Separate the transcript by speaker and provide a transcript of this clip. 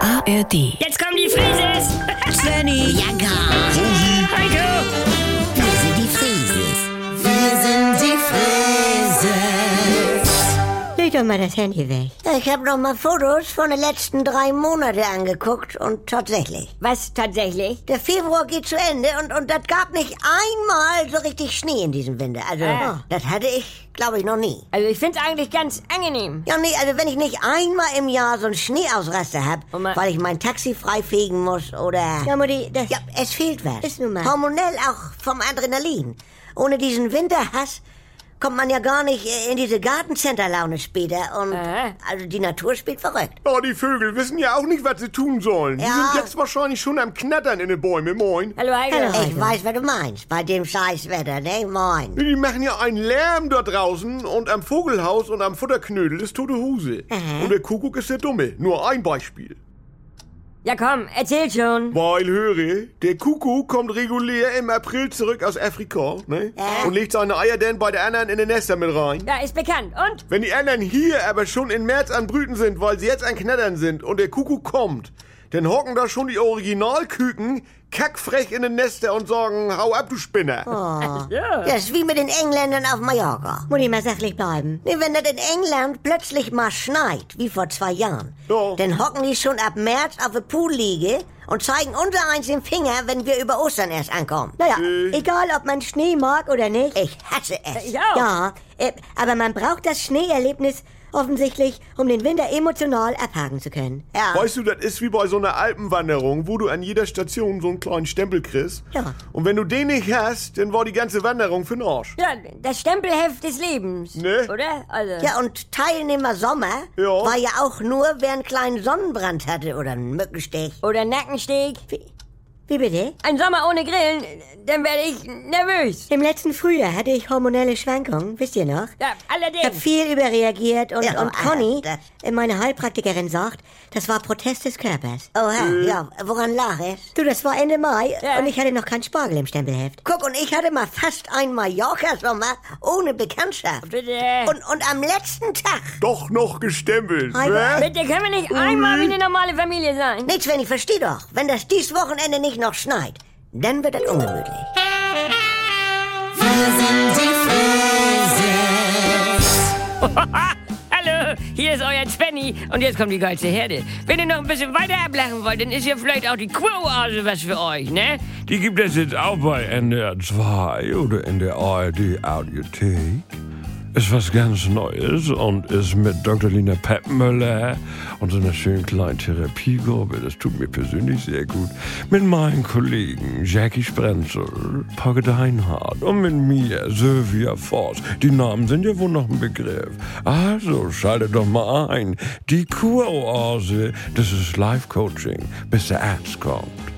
Speaker 1: ARD.
Speaker 2: Jetzt kommen die Frises!
Speaker 3: Benny. Ja, gar.
Speaker 2: Heiko!
Speaker 3: Wir sind die Frieses. Wir sind die Frieses.
Speaker 4: Leg doch mal das Handy weg.
Speaker 3: Ich habe noch mal Fotos von den letzten drei Monaten angeguckt und tatsächlich.
Speaker 4: Was tatsächlich?
Speaker 3: Der Februar geht zu Ende und, und das gab nicht einmal so richtig Schnee in diesem Winter. Also,
Speaker 4: Ah.
Speaker 3: das hatte ich, glaube ich, noch nie.
Speaker 4: Also ich find's eigentlich ganz angenehm.
Speaker 3: Ja, nee, also wenn ich nicht einmal im Jahr so einen Schneeausraster hab,
Speaker 4: Und mal-
Speaker 3: weil ich mein Taxi freifegen muss oder...
Speaker 4: Ja, Mutti, das...
Speaker 3: Ja, es fehlt was.
Speaker 4: Ist nun mal.
Speaker 3: Hormonell auch vom Adrenalin. Ohne diesen Winterhass kommt man ja gar nicht äh, in diese Gartencenter-Laune später. Und
Speaker 4: Äh.
Speaker 3: also die Natur spielt verrückt.
Speaker 5: Oh, die Vögel wissen ja auch nicht, was sie tun sollen. Die
Speaker 3: Ja.
Speaker 5: sind jetzt wahrscheinlich schon am Knattern in den Bäumen, moin.
Speaker 4: Hallo, Heiko.
Speaker 3: ich weiß, was du meinst. Bei dem scheiß Wetter, ne? Moin.
Speaker 5: Die machen ja einen Lärm da draußen und am Vogelhaus und am Futterknödel ist tote Huse. Und der Kuckuck ist der Dumme. Nur ein Beispiel.
Speaker 4: Ja, komm, erzähl schon.
Speaker 5: Weil höre, der Kuckuck kommt regulär im April zurück aus Afrika, ne? Und legt seine Eier dann bei den anderen in den Nester mit rein.
Speaker 4: Ja, ist bekannt. Und?
Speaker 5: Wenn die anderen hier aber schon im März an Brüten sind, weil sie jetzt an Knattern sind und der Kuckuck kommt, dann hocken da schon die Originalküken kackfrech in den Nester und sagen, hau ab, du Spinner.
Speaker 4: Ah. Ja.
Speaker 3: Das ist wie mit den Engländern auf Mallorca.
Speaker 4: Mutti, mal sachlich bleiben.
Speaker 3: Nee, wenn das in England plötzlich mal schneit, wie vor zwei Jahren,
Speaker 5: Ja.
Speaker 3: dann hocken die schon ab März auf der Poolliege und zeigen unser eins den Finger, wenn wir über Ostern erst ankommen.
Speaker 4: Naja,
Speaker 5: Äh.
Speaker 4: egal ob man Schnee mag oder nicht.
Speaker 3: Ich hasse es.
Speaker 4: Ich auch. Ja, äh, aber man braucht das Schneeerlebnis offensichtlich, um den Winter emotional abhaken zu können.
Speaker 3: Ja.
Speaker 5: Weißt du, das ist wie bei so einer Alpenwanderung, wo du an jeder Station so einen kleinen Stempel kriegst.
Speaker 4: Ja.
Speaker 5: Und wenn du den nicht hast, dann war die ganze Wanderung für den Arsch.
Speaker 4: Ja, das Stempelheft des Lebens.
Speaker 5: Ne?
Speaker 4: Oder? Also.
Speaker 3: Ja, und Teilnehmer Sommer
Speaker 5: Ja.
Speaker 3: war ja auch nur, wer einen kleinen Sonnenbrand hatte oder einen Mückenstich.
Speaker 4: Oder Nackensteg.
Speaker 3: Wie bitte?
Speaker 4: Ein Sommer ohne Grillen, dann werde ich nervös.
Speaker 6: Im letzten Frühjahr hatte ich hormonelle Schwankungen, wisst ihr noch?
Speaker 4: Ja,
Speaker 6: Ich habe
Speaker 4: allerdings.
Speaker 6: viel überreagiert und,
Speaker 3: Ja,
Speaker 6: und
Speaker 3: aber
Speaker 6: Conny,
Speaker 3: das-
Speaker 6: äh, meine Heilpraktikerin, sagt, das war Protest des Körpers. Äh.
Speaker 3: Oha, ja, woran lag es?
Speaker 6: Du, das war Ende Mai
Speaker 4: Ja.
Speaker 6: und ich hatte noch keinen Spargel im Stempelheft.
Speaker 3: Guck, und ich hatte mal fast einen Mallorca-Sommer ohne Bekanntschaft.
Speaker 4: Bitte.
Speaker 3: Und, und am letzten Tag.
Speaker 5: Doch noch gestempelt.
Speaker 6: Hi,
Speaker 5: ne?
Speaker 4: Bitte können wir nicht einmal wie eine normale Familie sein.
Speaker 3: Nee, Sven, ich versteh doch. Wenn das dies Wochenende nicht noch schneit, dann wird das ungemütlich.
Speaker 2: Hallo, hier ist euer Svenny und jetzt kommt die geilste Herde. Wenn ihr noch ein bisschen weiter ablachen wollt, dann ist ja vielleicht auch die Quo-Ase was für euch, ne?
Speaker 7: Die gibt es jetzt auch bei NDR 2 oder in der ARD Audiothek. Ist was ganz Neues und ist mit Dr. Lina Peppmüller und so einer schönen kleinen Therapiegruppe, das tut mir persönlich sehr gut, mit meinen Kollegen Jackie Sprenzel, Pogge Deinhardt und mit mir Sylvia Voss. Die Namen sind ja wohl noch ein Begriff. Also schaltet doch mal ein. Die Kuroase, das ist Life-Coaching, bis der Arzt kommt.